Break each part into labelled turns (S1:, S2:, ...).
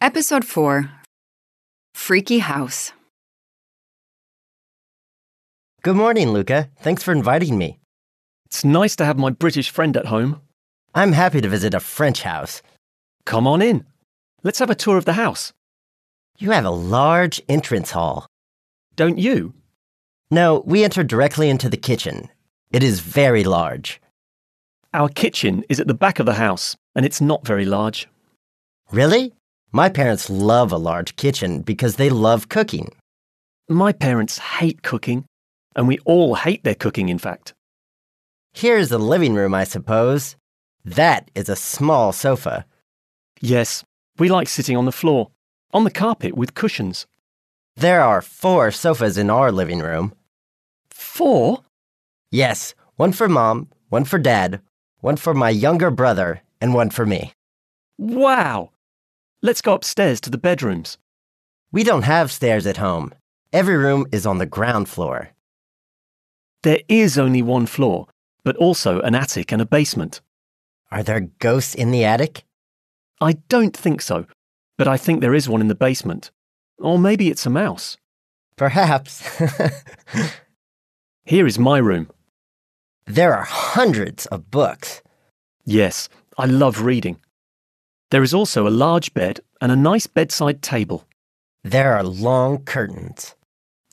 S1: Episode 4 Freaky House.
S2: Good morning, Luca. Thanks for inviting me.
S3: It's nice to have my British friend at home.
S2: I'm happy to visit a French house.
S3: Come on in. Let's have a tour of the house,
S2: You have a large entrance hall.
S3: don't you?
S2: No, we enter directly into the kitchen. It is very large.
S3: Our kitchen is at the back of the house, and it's not very large.
S2: Really? My parents love a large kitchen because they love cooking.
S3: My parents hate cooking, and we all hate their cooking, in fact.
S2: Here is the living room, I suppose. That is a small sofa.
S3: Yes, we like sitting on the floor, on the carpet with cushions.
S2: There are four sofas in our living room.
S3: Four?
S2: Yes, one for mom, one for dad, one for my younger brother, and one for me.
S3: Wow! Let's go upstairs to the bedrooms.
S2: We don't have stairs at home. Every room is on the ground floor.
S3: There is only one floor, but also an attic and a basement.
S2: Are there ghosts in the attic?
S3: I don't think so, but I think there is one in the basement. Or maybe it's a mouse.
S2: Perhaps.
S3: Here is my room.
S2: there are hundreds of books.
S3: Yes, I love reading. There is also a large bed and a nice bedside table.
S2: There are long curtains.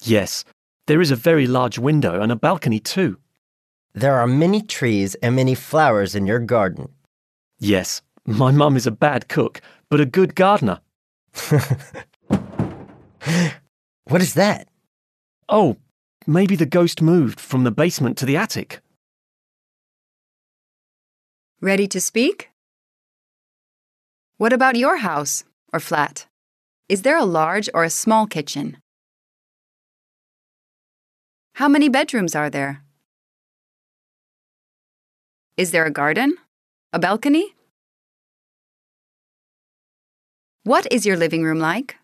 S3: Yes, there is a very large window and a balcony too.
S2: There are many trees and many flowers in your garden.
S3: Yes, my mum is a bad cook, but a good gardener.
S2: What is that?
S3: Oh, maybe the ghost moved from the basement to the attic.
S1: Ready to speak? What about your house or flat? Is there a large or a small kitchen? How many bedrooms are there? Is there a garden? A balcony? What is your living room like?